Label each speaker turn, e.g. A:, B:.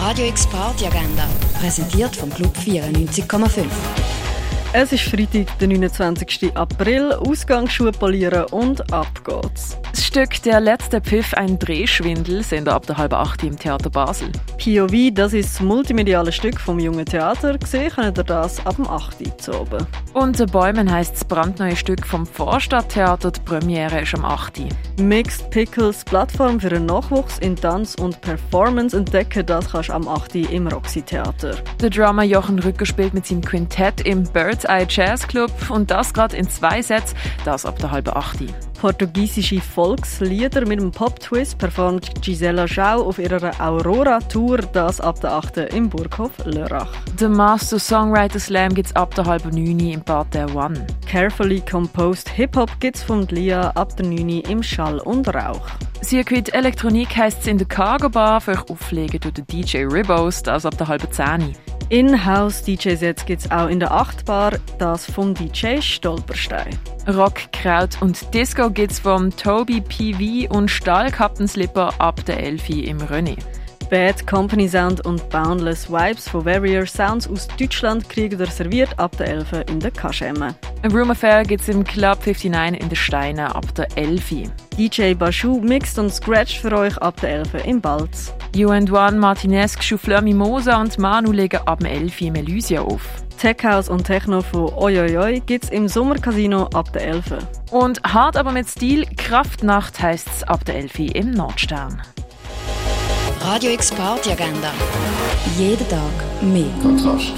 A: Radio X Party Agenda, präsentiert vom Club 94,5.
B: Es ist Freitag, der 29. April. Ausgangsschuhe polieren und ab geht's.
C: Das Stück «Der letzte Pfiff, ein Drehschwindel» sehen ab der halben acht im Theater Basel.
B: POV, das ist das multimediale Stück vom Jungen Theater. Gesehen könnt ihr das ab dem 8. Uhr zu oben.
C: «Unter Bäumen» heisst das brandneue Stück vom Vorstadttheater. Die Premiere ist am 8. Uhr.
B: Mixed Pickles, Plattform für den Nachwuchs in Tanz und Performance entdecken, das kannst du am 8. Uhr im Roxy Theater.
C: Der Drummer Jochen Rücker spielt mit seinem Quintett im Bird's Eye Jazz Club und das gerade in zwei Sätzen, das ab der halben acht.
B: Portugiesische Volkslieder mit einem Pop-Twist performt Gisela Schau auf ihrer Aurora-Tour, das ab der 8. im Burghof Lörrach.
C: Der Master Songwriter Slam gibt's ab der halben neun im Part der One.
B: Carefully Composed Hip-Hop gibt's von Lia ab der 9. im Schall und Rauch.
C: Circuit Elektronik heisst in der Cargo Bar, für euch auflegen durch den DJ Ribos, das ab der halben zehn.
B: In-House-DJ-Sets gibt es auch in der 8 Bar, das vom DJ Stolperstein.
C: Rock, Kraut und Disco gibt's vom Toby PV und Stahl Captain Slipper ab der Elfi im René.
B: Bad Company Sound und Boundless Vibes von Warrior Sounds aus Deutschland kriegen ihr serviert ab der 11 in der Kaschemme.
C: A Room Affair gibt's im Club 59 in der Steine ab der Elfi.
B: DJ Bashu mixt und scratcht für euch ab der 11 im Balz.
C: You and One, Martinez, Choufleur Mimosa und Manu legen ab dem 11 im Elysia auf.
B: Tech House und Techno von Oyoyoy gibt's im Sommercasino ab der 11.
C: Und hart aber mit Stil, Kraftnacht heisst's ab der 11 im Nordstern.
A: Radio X Party Agenda. Jeden Tag mehr.
D: Kontrast.